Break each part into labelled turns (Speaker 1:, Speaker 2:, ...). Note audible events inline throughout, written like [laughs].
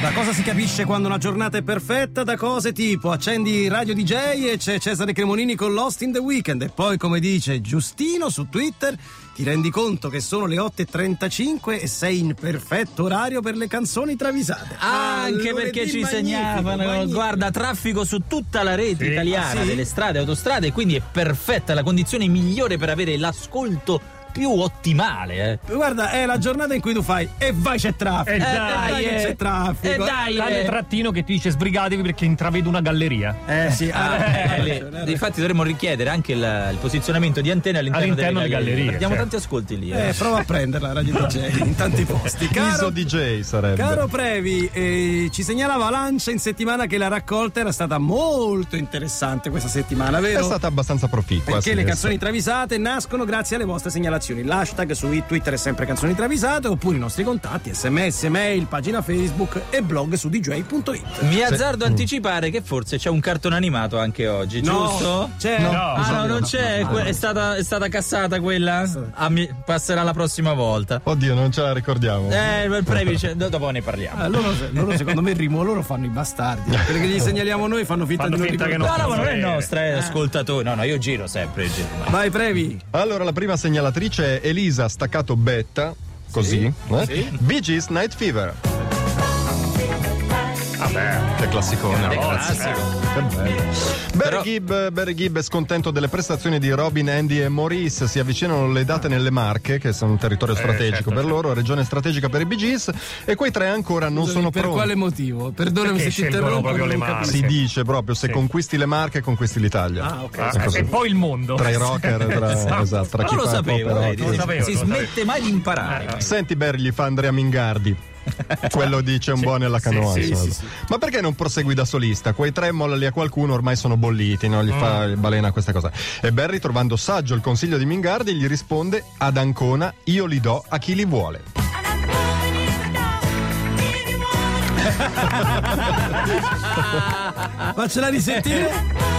Speaker 1: Da cosa si capisce quando una giornata è perfetta? Da cose tipo accendi Radio DJ e c'è Cesare Cremonini con Lost in the Weekend e poi come dice Giustino su Twitter ti rendi conto che sono le 8.35 e sei in perfetto orario per le canzoni travisate.
Speaker 2: Ah, Anche
Speaker 1: Allora,
Speaker 2: perché
Speaker 1: di
Speaker 2: ci
Speaker 1: magnifico,
Speaker 2: segnavano,
Speaker 1: magnifico.
Speaker 2: guarda, traffico su tutta la rete italiana,
Speaker 1: Ah, sì?
Speaker 2: delle strade, autostrade, quindi è perfetta la condizione migliore per avere l'ascolto più ottimale. Eh.
Speaker 1: Guarda, è la giornata in cui tu fai e vai c'è traffico.
Speaker 3: Eh,
Speaker 1: e
Speaker 3: dai,
Speaker 1: vai che
Speaker 2: eh.
Speaker 1: c'è traffico.
Speaker 2: Eh, dai,
Speaker 3: Tale
Speaker 2: eh.
Speaker 3: trattino che ti dice sbrigatevi perché intravedo una galleria.
Speaker 1: Eh sì,
Speaker 2: Ah,
Speaker 1: ah,
Speaker 2: eh,
Speaker 1: eh,
Speaker 2: le-
Speaker 1: ragione, eh,
Speaker 2: Infatti dovremmo richiedere anche il, il posizionamento di antenne all'interno,
Speaker 3: All'interno
Speaker 2: delle
Speaker 3: di gallerie,
Speaker 2: Abbiamo
Speaker 3: certo.
Speaker 2: tanti ascolti lì. eh.
Speaker 1: eh, prova a prenderla Radio DJ in tanti posti.
Speaker 4: Iso
Speaker 1: Caro,
Speaker 4: DJ sarebbe.
Speaker 1: caro Previ, eh, ci segnalava Lancia in settimana che la raccolta era stata molto interessante questa settimana, vero?
Speaker 4: è stata abbastanza proficua.
Speaker 1: Perché
Speaker 4: sì,
Speaker 1: le
Speaker 4: è
Speaker 1: canzoni travisate nascono grazie alle vostre segnalazioni. L'hashtag su Twitter è sempre canzoni travisate oppure i nostri contatti, sms, mail, pagina Facebook e blog su dj.it.
Speaker 2: Mi azzardo a anticipare che forse c'è un cartone animato anche oggi, giusto?
Speaker 1: C'è
Speaker 3: No.
Speaker 2: Ah no,
Speaker 4: no,
Speaker 2: non
Speaker 4: no,
Speaker 2: c'è,
Speaker 4: no,
Speaker 2: que-
Speaker 4: no.
Speaker 2: è, stata, è stata cassata quella? Ah, mi- passerà la prossima volta.
Speaker 4: Oddio, non ce la ricordiamo.
Speaker 2: Eh, il Previ, c'è- do- dopo ne parliamo.
Speaker 1: Ah, loro, loro secondo me rimo, loro fanno i bastardi.
Speaker 4: [laughs]
Speaker 1: Quelli che gli segnaliamo noi fanno finta
Speaker 3: Fanno
Speaker 1: di non
Speaker 3: finta che
Speaker 1: ricordare.
Speaker 3: no.
Speaker 2: No, no, ma non è
Speaker 3: Eh.
Speaker 2: nostra, è ascoltatore. No, no, io giro sempre, giro.
Speaker 1: Vai Previ.
Speaker 4: Allora, la prima segnalatrice è Elisa Staccato Betta. Così, eh? Bee Gees Night Fever. Vabbè, che classicone.
Speaker 2: È
Speaker 4: ragazzi.
Speaker 2: classico.
Speaker 4: Che bello. Barry,
Speaker 2: Però-
Speaker 4: Gibb, Barry Gibb è scontento delle prestazioni di Robin, Andy e Maurice. Si avvicinano le date nelle Marche, che sono un
Speaker 1: Eh,
Speaker 4: territorio strategico
Speaker 3: certo,
Speaker 4: per
Speaker 3: certo.
Speaker 4: loro, regione strategica per i Bee Gees. E quei tre ancora non sono
Speaker 1: per
Speaker 4: pronti.
Speaker 1: quale motivo? Perdonami
Speaker 3: Perché
Speaker 1: se ti
Speaker 3: scelgono
Speaker 1: interrompo.
Speaker 3: proprio
Speaker 1: non
Speaker 3: le
Speaker 1: capisco.
Speaker 3: marche.
Speaker 4: Si
Speaker 3: Sì.
Speaker 4: dice proprio: se
Speaker 3: Sì.
Speaker 4: conquisti le Marche, conquisti l'Italia.
Speaker 1: Ah, ok.
Speaker 4: È
Speaker 3: Ah,
Speaker 4: così.
Speaker 3: e poi il mondo.
Speaker 4: Tra i rocker,
Speaker 3: [laughs]
Speaker 4: tra, esatto, tra
Speaker 2: Ma
Speaker 4: chi
Speaker 2: non lo
Speaker 4: fa
Speaker 2: sapevo,
Speaker 4: pop e
Speaker 2: dai,
Speaker 4: rock.
Speaker 3: Lo sapevo,
Speaker 2: si
Speaker 3: lo sapevo.
Speaker 2: smette mai di imparare.
Speaker 4: Senti Barry gli fa
Speaker 3: [laughs]
Speaker 4: Andrea Mingardi. Quello dice un po' nella
Speaker 3: sì,
Speaker 4: canoa.
Speaker 3: sì,
Speaker 4: insomma. Ma perché non prosegui da solista? Quei tre mollali a qualcuno ormai sono bolliti, no? gli fa
Speaker 3: Mm.
Speaker 4: balena questa cosa. E Barry, trovando saggio il consiglio di Mingardi, gli risponde: Ad Ancona io li do a chi li vuole.
Speaker 1: Faccela
Speaker 4: [laughs]
Speaker 1: risentire.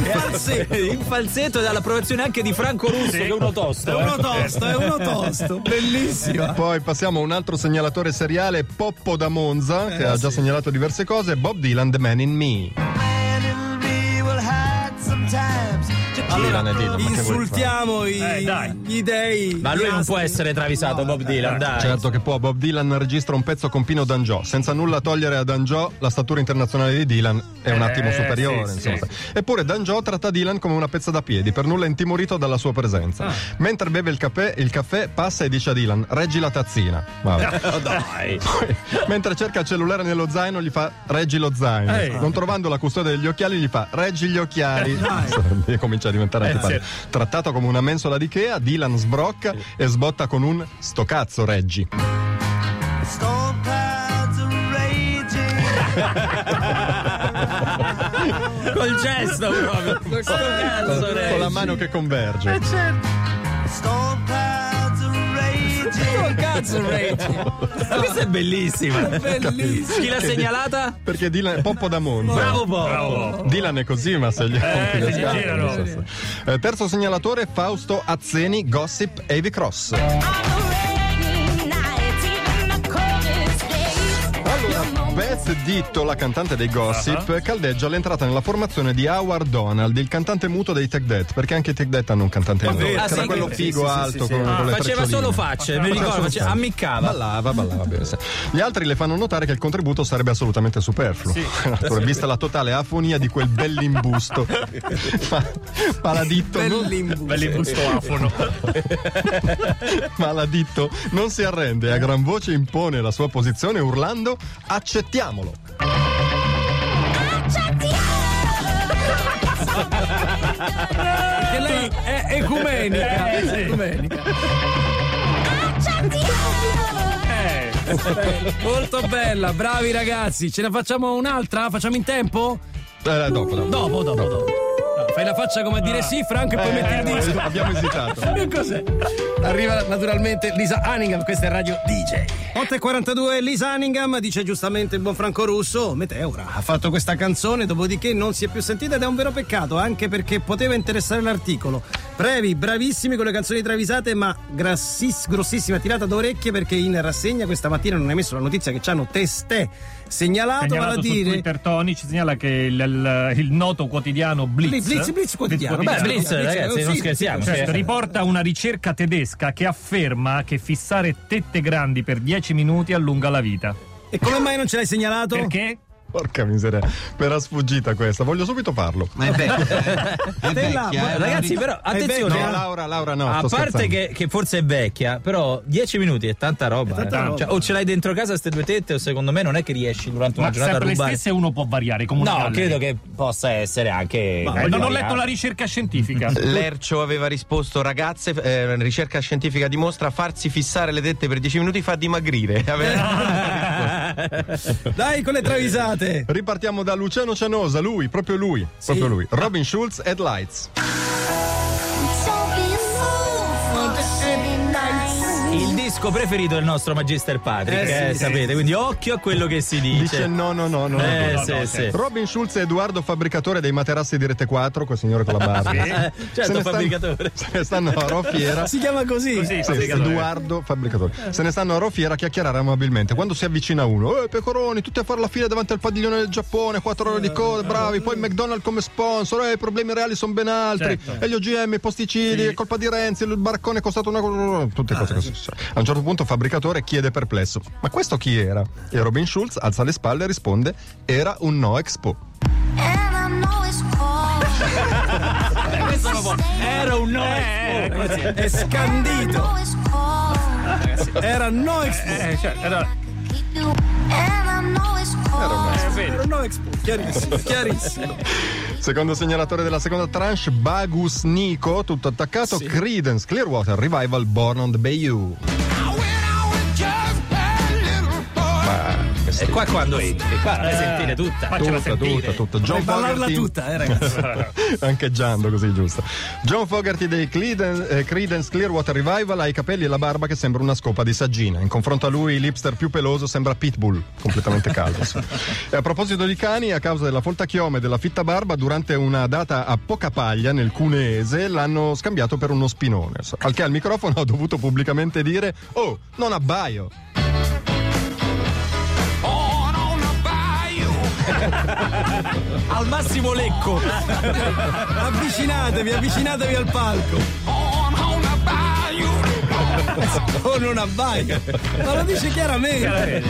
Speaker 1: In falsetto.
Speaker 2: In falsetto e dall'approvazione anche di Franco Russo, che è uno
Speaker 1: È
Speaker 2: tosto. eh.
Speaker 1: uno tosto, è uno tosto. Bellissima.
Speaker 4: Poi passiamo a un altro segnalatore seriale, Poppo da Monza,
Speaker 3: Eh,
Speaker 4: che ha già segnalato diverse cose, Bob Dylan, The Man in Me.
Speaker 1: Allora,
Speaker 4: Dylan è Dylan, ma che vuoi
Speaker 1: insultiamo i,
Speaker 3: Eh, dai.
Speaker 1: gli dei.
Speaker 2: Ma lui non può
Speaker 1: essere
Speaker 2: essere travisato, Bob Dylan, dai.
Speaker 4: Certo che può, Bob Dylan registra un pezzo con Pino D'Angiò, senza nulla togliere a D'Angiò la statura internazionale di Dylan è un
Speaker 3: Eh,
Speaker 4: attimo
Speaker 3: sì,
Speaker 4: superiore.
Speaker 3: sì.
Speaker 4: insomma. Eppure D'Angiò tratta Dylan come una pezza da piedi, per nulla intimorito dalla sua presenza.
Speaker 3: Ah.
Speaker 4: Mentre beve il caffè, il caffè passa e dice a Dylan, reggi la tazzina.
Speaker 3: [laughs]
Speaker 4: Vabbè.
Speaker 2: [laughs] Oh, dai.
Speaker 4: Mentre cerca il cellulare nello zaino gli fa, reggi lo zaino.
Speaker 3: Eh.
Speaker 4: Non trovando la custodia degli occhiali gli fa, reggi gli occhiali. [laughs] e comincia a diventare
Speaker 3: Eh,
Speaker 4: antipatico. Trattato come una mensola di Ikea, Dylan sbrocca e sbotta con un, sto cazzo reggi.
Speaker 2: Col gesto proprio. Col sto cazzo,
Speaker 4: con la
Speaker 2: Reggi.
Speaker 4: mano che
Speaker 2: Eh,
Speaker 4: converge.
Speaker 2: Col cazzo, [laughs] Reggi. Ma Questa è bellissima.
Speaker 1: bellissimo.
Speaker 2: Chi l'ha segnalata?
Speaker 4: Perché Dylan Poppo da Monza.
Speaker 2: Bravo Bob.
Speaker 3: Bravo.
Speaker 4: Dylan è così, ma se gli
Speaker 3: Eh,
Speaker 4: le
Speaker 3: si
Speaker 4: scatole,
Speaker 3: girano.
Speaker 4: sì, sì. Eh, terzo segnalatore Fausto Azzeni, Gossip Heavy Cross. Allora, Beth Ditto, la cantante dei Gossip,
Speaker 2: Ah.
Speaker 4: caldeggia l'entrata nella formazione di Howard Donald, il cantante muto dei Tech Dead, perché anche i Tech Dead hanno un cantante muto.
Speaker 2: vero? Ah,
Speaker 4: C'era
Speaker 2: sì,
Speaker 4: quello
Speaker 2: sì, Ah,
Speaker 4: figo
Speaker 1: sì, sì,
Speaker 4: alto
Speaker 1: sì,
Speaker 4: con, con le
Speaker 2: Faceva
Speaker 4: treccioline.
Speaker 2: solo facce, mi
Speaker 4: Faceva
Speaker 2: ricordo,
Speaker 4: solo
Speaker 2: face-
Speaker 4: facce.
Speaker 2: ammiccava.
Speaker 4: Ballava, ballava bene. sì. Gli altri le fanno notare che il contributo sarebbe assolutamente superfluo. [laughs] Natura- Vista la totale afonia di quel bell'imbusto. ma, ma la ditto, non,
Speaker 1: Bell'imbusto.
Speaker 3: Bell'imbusto afono.
Speaker 4: ma la ditto non si arrende e a gran voce impone la sua posizione urlando accettiamolo.
Speaker 1: Perché lei è ecumenica.
Speaker 3: Eh, sì.
Speaker 1: È ecumenica.
Speaker 3: Eh,
Speaker 1: Molto bella, bravi ragazzi. Ce ne facciamo un'altra? Facciamo in tempo?
Speaker 4: Eh, dopo, dopo.
Speaker 1: Dopo, dopo, dopo. No, fai la faccia come a dire sì, Franco, e poi metti il
Speaker 4: Eh,
Speaker 1: disco.
Speaker 4: abbiamo esitato.
Speaker 1: Che cos'è?
Speaker 5: Arriva naturalmente Lisa Hanningham, questa è Radio DJ.
Speaker 1: 8.42 Lisa Hanningham dice giustamente il buon Franco Russo Meteora ha fatto questa canzone dopodiché non si è più sentita ed è un vero peccato anche perché poteva interessare l'articolo brevi bravissimi con le canzoni travisate ma grassis- grossissima tirata d'orecchie perché in rassegna questa mattina non hai messo la notizia che ci hanno testé segnalato, vale a
Speaker 3: Segnalato su
Speaker 1: dire
Speaker 3: Twitter Tony ci segnala che il, il- il noto quotidiano Blitz,
Speaker 1: Blitz, Blitz, Blitz quotidiano.
Speaker 2: Beh,
Speaker 1: Blitz,
Speaker 2: Blitz, ragazzi,
Speaker 1: eh,
Speaker 2: non
Speaker 1: sì,
Speaker 2: scherziamo.
Speaker 3: Certo,
Speaker 2: cioè-
Speaker 3: riporta una ricerca tedesca che afferma che fissare tette grandi per 10 minuti allunga la vita.
Speaker 1: e come mai non ce l'hai segnalato?
Speaker 3: Perché?
Speaker 4: Porca miseria, era sfuggita questa, voglio subito farlo.
Speaker 2: Eh.
Speaker 6: Ma
Speaker 4: [laughs]
Speaker 6: è vecchia. È
Speaker 1: Te la-
Speaker 4: eh,
Speaker 6: vecchia, è
Speaker 2: Ragazzi,
Speaker 6: una-
Speaker 2: però,
Speaker 4: No,
Speaker 2: attenzione. eh.
Speaker 4: Laura, Laura, no.
Speaker 2: a
Speaker 4: sto
Speaker 2: parte
Speaker 4: scherzando.
Speaker 2: che, che forse è vecchia, però 10 minuti è tanta roba.
Speaker 1: tanta
Speaker 2: eh.
Speaker 1: roba.
Speaker 2: Cioè, o ce l'hai dentro casa queste due tette, o secondo me non è che riesci durante una
Speaker 3: Ma
Speaker 2: giornata a
Speaker 3: sempre le
Speaker 2: rubare.
Speaker 3: stesse uno può variare come una
Speaker 2: No,
Speaker 3: galleria.
Speaker 2: credo che possa essere anche.
Speaker 1: Ma-
Speaker 3: Eh, non ho
Speaker 2: variabile.
Speaker 3: letto la ricerca
Speaker 4: [laughs]
Speaker 3: scientifica.
Speaker 7: Lercio aveva risposto, ragazze, eh, ricerca scientifica dimostra farsi fissare le tette per 10 minuti fa dimagrire.
Speaker 2: eh. [laughs]
Speaker 1: Dai con le travisate.
Speaker 4: Ripartiamo da Luciano Cianosa, lui, proprio lui, proprio lui. Robin Schulz, Headlights.
Speaker 2: Il disco preferito del nostro Magister Patrick,
Speaker 1: Eh,
Speaker 2: eh,
Speaker 1: sì,
Speaker 2: sapete, quindi occhio a quello che si dice.
Speaker 4: Dice no, no, no, no.
Speaker 2: eh,
Speaker 4: no. certo.
Speaker 2: sì,
Speaker 3: no,
Speaker 2: sì.
Speaker 4: Robin Schulz e Edoardo, fabbricatore dei materassi di Rete 4, quel signore con la barba.
Speaker 2: Eh,
Speaker 4: Se
Speaker 2: certo,
Speaker 4: ne stanno-
Speaker 2: fabbricatore.
Speaker 4: [laughs] Se ne stanno a Rofiera.
Speaker 1: Si chiama così.
Speaker 3: Sì,
Speaker 4: Sì,
Speaker 3: fabbricatore.
Speaker 4: Edoardo Fabbricatore. Se ne stanno a Rofiera a chiacchierare amabilmente. Quando si avvicina uno, eh, pecoroni, tutti a fare la fila davanti al padiglione del Giappone, 4 ore di coda, bravi. Poi McDonald's come sponsor, eh, i problemi reali sono ben altri.
Speaker 3: Certo.
Speaker 4: E gli OGM, i posticidi, è colpa di Renzi, il baraccone è costato una. Tutte cose così. A un certo punto, il Fabbricatore chiede perplesso: Ma questo chi era? E Robin Schulz alza le spalle e risponde: Era un no expo.
Speaker 2: Era un no.
Speaker 1: È scandito. Era no expo.
Speaker 3: Eh, cioè, allora,
Speaker 1: Era no expo. Chiarissimo, chiarissimo.
Speaker 4: Secondo segnalatore della seconda tranche, Bagus Nico, tutto attaccato, Credence Clearwater Revival Born on the Bayou.
Speaker 2: E qua quando entri, qua la
Speaker 3: eh,
Speaker 2: fai sentire tutta.
Speaker 3: Faccela
Speaker 4: Tutta, tutta,
Speaker 3: sentire.
Speaker 4: tutta. John
Speaker 1: Vorrei ballarla
Speaker 4: Fogerty-
Speaker 1: tutta, eh, ragazzi.
Speaker 4: Ancheggiando così, giusto. John Fogerty dei Cleeden- eh, Creedence Clearwater Revival ha i capelli e la barba che sembra una scopa di saggina. In confronto a lui, l'hipster più peloso sembra Pitbull, completamente caldo. insomma. e a proposito di cani, a causa della foltachiome e della fitta barba, durante una data a poca paglia nel cuneese l'hanno scambiato per uno spinone. Al che al microfono [laughs] ho dovuto pubblicamente dire: Oh, non abbaio!
Speaker 2: Al massimo lecco.
Speaker 1: [laughs] Avvicinatevi, avvicinatevi al palco. Oh, non abbaia. Ma lo dice chiaramente.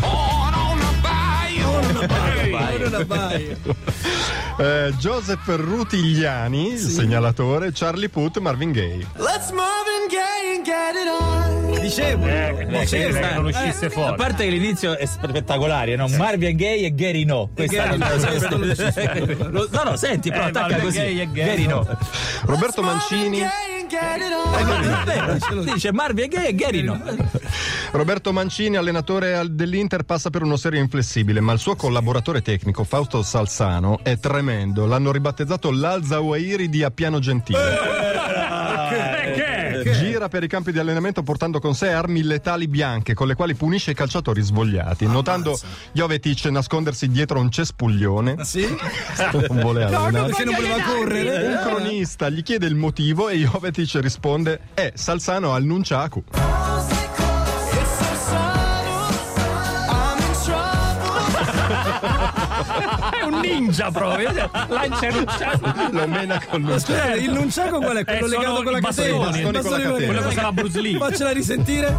Speaker 1: Oh, non abbaia. Oh, non abbaia.
Speaker 4: Eh, Joseph Rutigliani, segnalatore, Charlie Puth, Marvin Gaye.
Speaker 1: Dicevo,
Speaker 3: Eh,
Speaker 1: dicevo.
Speaker 3: che non uscisse
Speaker 2: A
Speaker 3: fuori.
Speaker 2: parte che l'inizio è spettacolare, no? Marvin Gaye e Gary No. Questa
Speaker 1: Gary No, questo non ci
Speaker 2: [laughs] Lo- No, no, senti, però
Speaker 3: Eh,
Speaker 2: attacca
Speaker 3: Marvin
Speaker 2: così.
Speaker 3: Gaye e Gary
Speaker 2: Gary [laughs] No.
Speaker 4: Roberto Mancini,
Speaker 2: Dice Marvin Gaye e Gary No.
Speaker 4: Roberto Mancini, allenatore al- dell'Inter, passa per uno serio inflessibile, ma il suo collaboratore tecnico, Fausto Salzano, è tremendo. L'hanno ribattezzato l'Alzawairi di Appiano Gentile.
Speaker 1: Eh,
Speaker 3: eh, Perché?
Speaker 4: Gira per i campi di allenamento portando con sé armi letali bianche, con le quali punisce i calciatori svogliati, notando Jovetic nascondersi dietro un cespuglione.
Speaker 1: Sì?
Speaker 4: [laughs] Non voleva allenarsi.
Speaker 1: Perché non voleva
Speaker 4: Un
Speaker 1: correre?
Speaker 4: cronista gli chiede il motivo e Jovetic risponde: Eh, Salzano al Nunciacu.
Speaker 3: È un ninja proprio. Lancia il
Speaker 4: Lo mena con Nunciacu.
Speaker 1: Scusate, il nunciaco qual è? Quello
Speaker 3: Certo. Eh, sono
Speaker 1: legato con la
Speaker 3: i bastoni,
Speaker 1: catena.
Speaker 4: i bastoni con la
Speaker 1: Bastoni con la
Speaker 4: catena.
Speaker 3: Quello che la Bruce Lee.
Speaker 1: Faccela risentire.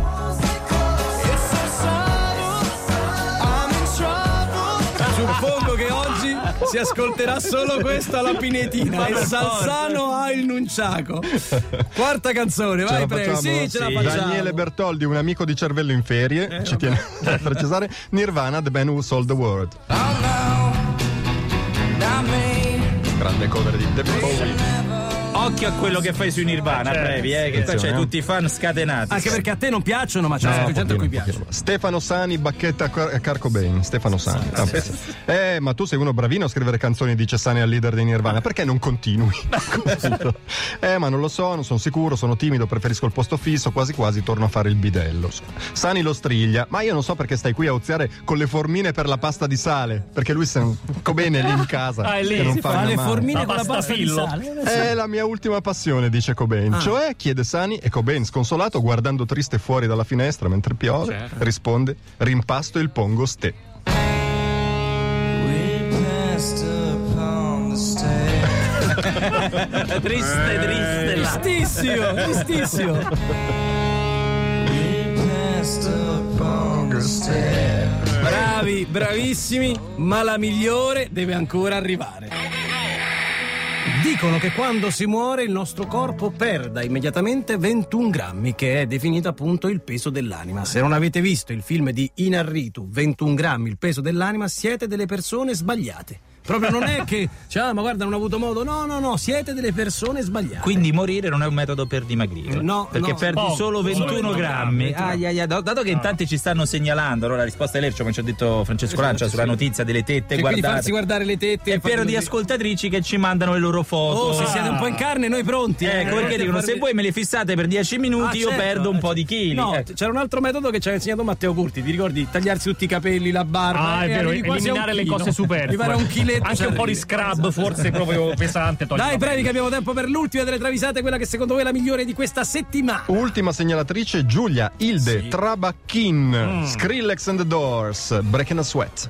Speaker 1: Suppongo che oggi si ascolterà solo questa alla pinetina. E Salzano ha il nunciaco. Quarta canzone,
Speaker 4: Ce
Speaker 1: vai
Speaker 4: la
Speaker 1: prego.
Speaker 4: facciamo?
Speaker 1: Sì, ce la facciamo.
Speaker 4: Daniele Bertoldi, un amico di cervello in ferie, ci tiene [laughs] a precisare. Nirvana, The Man Who Sold the World. Grande cover di The Bowie.
Speaker 2: Occhio a quello che fai sui Nirvana,
Speaker 3: Certo.
Speaker 2: Brevi, eh, che qua c'hai
Speaker 4: Attenzione, eh.
Speaker 2: tutti i fan scatenati.
Speaker 1: Anche perché a te non piacciono, ma c'è
Speaker 4: No,
Speaker 1: un sacco di gente a
Speaker 4: pochino,
Speaker 1: cui
Speaker 4: Certo. pochino.
Speaker 1: piacciono.
Speaker 4: Stefano Sani, bacchetta Car- Carco Bain. Stefano Sani. Ah, pensa. Eh, ma tu sei uno bravino a scrivere canzoni, dice Sani al leader dei Nirvana. Perché non continui? Capito? eh, ma non lo so, non sono sicuro, sono timido, preferisco il posto fisso, quasi quasi torno a fare il bidello. Sani lo striglia, ma io non so perché stai qui a oziare con le formine per la pasta di sale. Perché lui sta bene lì in casa.
Speaker 3: Ah, è lì,
Speaker 4: che non
Speaker 3: si
Speaker 4: fa
Speaker 1: Fa
Speaker 4: una
Speaker 1: le
Speaker 4: mano.
Speaker 1: formine
Speaker 3: La
Speaker 1: con la
Speaker 3: pasta
Speaker 1: pasta di
Speaker 3: fillo.
Speaker 1: sale.
Speaker 4: È la mia ultima passione, dice Cobain. Cioè, chiede Sani e Cobain, sconsolato, guardando triste fuori dalla finestra mentre piove, risponde: Rimpasto il pongo ste.
Speaker 2: Triste, triste. là.
Speaker 1: Tristissimo, tristissimo. Bravi, bravissimi, ma la migliore deve ancora arrivare. Dicono che quando si muore il nostro corpo perda immediatamente 21 grammi, che è definito appunto il peso dell'anima. Se non avete visto il film di Inarritu, 21 grammi, il peso dell'anima, siete delle persone sbagliate. Proprio non è [laughs] che, cioè, ah, ma guarda, non ho avuto modo. No, no, no, siete delle persone sbagliate.
Speaker 2: Quindi morire non è un metodo per dimagrire.
Speaker 1: No,
Speaker 2: perché
Speaker 1: no.
Speaker 2: perdi
Speaker 3: Poco,
Speaker 2: solo 21
Speaker 3: solo 21
Speaker 2: grammi. Ah.
Speaker 3: grammi.
Speaker 2: Ai, ai, ai, da- dato che in tanti ci stanno segnalando, allora la risposta è lercio, come ci ha detto Francesco Lancia sulla notizia delle tette,
Speaker 1: E quindi farsi
Speaker 2: guardate.
Speaker 1: guardare le tette.
Speaker 2: È
Speaker 1: e
Speaker 2: pieno
Speaker 1: farsi
Speaker 2: di
Speaker 1: così.
Speaker 2: ascoltatrici che ci mandano le loro foto.
Speaker 1: Oh, se
Speaker 2: Ah.
Speaker 1: siete un po' in carne, noi pronti. eh.
Speaker 2: Ecco perché
Speaker 1: Potete
Speaker 2: dicono:
Speaker 1: farvi-
Speaker 2: se voi me le fissate per 10
Speaker 1: Ah,
Speaker 2: minuti, io
Speaker 1: certo,
Speaker 2: perdo un
Speaker 1: eh,
Speaker 2: po' di chili.
Speaker 1: No,
Speaker 2: Ecco.
Speaker 1: c'era un altro metodo che ci ha insegnato Matteo Curti. Ti ricordi? Tagliarsi tutti i capelli, la barba.
Speaker 3: Ah, è
Speaker 1: e
Speaker 3: vero,
Speaker 1: arrivi quasi a un
Speaker 3: eliminare le
Speaker 1: chilo.
Speaker 3: cose
Speaker 1: Mi pare
Speaker 3: superflue.
Speaker 1: un chiletto.
Speaker 3: Anche
Speaker 1: ci
Speaker 3: un po' di
Speaker 1: arrivi. [laughs]
Speaker 3: scrub, forse proprio pesante. togli
Speaker 1: Dai,
Speaker 3: la-
Speaker 1: brevi, che abbiamo tempo per l'ultima delle travisate, quella che secondo voi è la migliore di questa settimana.
Speaker 4: Ultima segnalatrice Giulia Hilde Trabacchin, Skrillex and the Doors, Breaking a Sweat.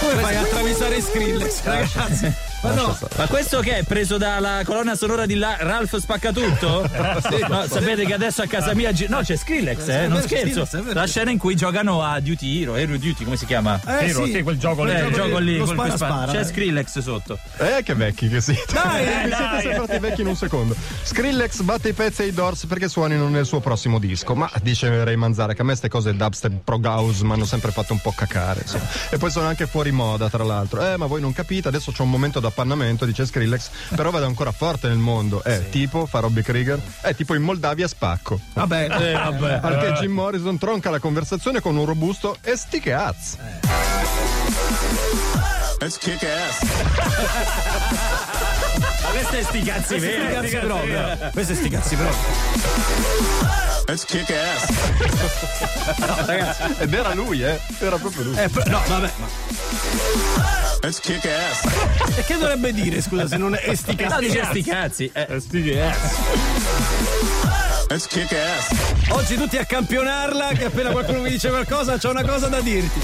Speaker 1: Come fai a travisare Skrillex,
Speaker 2: [laughs]
Speaker 1: ragazzi? Ma no,
Speaker 2: Eh, Ma questo che è preso dalla colonna sonora di la-
Speaker 1: [laughs]
Speaker 2: Ralph Spaccatutto? No, sapete che adesso a casa mia. gi- no, c'è Skrillex, eh? Non
Speaker 1: vero,
Speaker 2: scherzo.
Speaker 1: Skrillex, è vero.
Speaker 2: La scena in cui giocano a Duty Hero, Hero Duty, come si chiama?
Speaker 1: eh,
Speaker 3: Vero, sì, quel gioco lì.
Speaker 2: Eh, il gioco lì
Speaker 1: lo
Speaker 2: col-
Speaker 1: spara,
Speaker 2: col-
Speaker 1: spara, eh.
Speaker 2: C'è Skrillex sotto.
Speaker 4: Eh, che vecchi che siete. [laughs]
Speaker 1: Dai,
Speaker 4: Mi siete sembrati vecchi in un secondo. Skrillex batte i pezzi ai Doors perché suonino nel suo prossimo disco. Ma dice Ray Manzara che a me queste cose dubstep pro house mi hanno sempre fatto un po' cacare. insomma. E poi sono anche fuori moda, tra l'altro. Eh, ma voi non capite, adesso c'è un momento d'appannamento, dice Skrillex, però vado ancora forte nel mondo. Eh, tipo, fa Robbie Krieger, eh, tipo in Moldavia spacco.
Speaker 1: Vabbè, Eh.
Speaker 4: Perché Jim Morrison tronca la conversazione con un robusto e sti che azz.
Speaker 6: Let's kick ass.
Speaker 2: Ma questo è sti cazzi veri.
Speaker 1: cazzi proprio. Questo è sti cazzi proprio.
Speaker 6: Let's kick ass.
Speaker 4: Ed era lui, eh. Era proprio lui.
Speaker 1: Eh, pr- no, vabbè, ma
Speaker 6: Let's kick ass.
Speaker 1: e che dovrebbe dire, scusa, se non è
Speaker 3: Eh,
Speaker 1: sti
Speaker 2: No,
Speaker 1: cazzi?
Speaker 2: dice sti cazzi. eh.
Speaker 6: Let's kick ass.
Speaker 1: Oggi tutti a campionarla, che appena qualcuno mi dice qualcosa c'ho una cosa da dirti.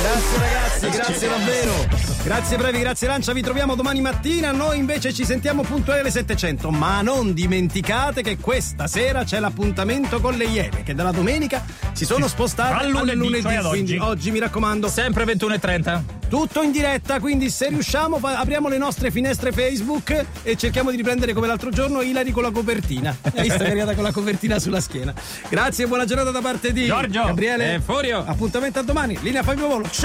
Speaker 1: Grazie ragazzi, grazie davvero. Grazie Brevi, grazie Lancia, vi troviamo domani mattina, noi invece ci sentiamo puntuali alle 700, ma non dimenticate che questa sera c'è l'appuntamento con le Iene, che dalla domenica si sono spostate
Speaker 3: Al
Speaker 1: al
Speaker 3: lunedì,
Speaker 1: lunedì,
Speaker 3: cioè ad oggi.
Speaker 1: quindi oggi mi raccomando
Speaker 2: Sempre 21.30.
Speaker 1: tutto in diretta, quindi se riusciamo fa- apriamo le nostre finestre Facebook e cerchiamo di riprendere come l'altro giorno Ilari con la copertina. Hai visto che è arrivata con la copertina sulla schiena. Grazie e buona giornata da parte di
Speaker 3: Giorgio.
Speaker 1: Gabriele
Speaker 2: E Furio.
Speaker 1: Appuntamento a domani, linea Fabio Volo. Ciao!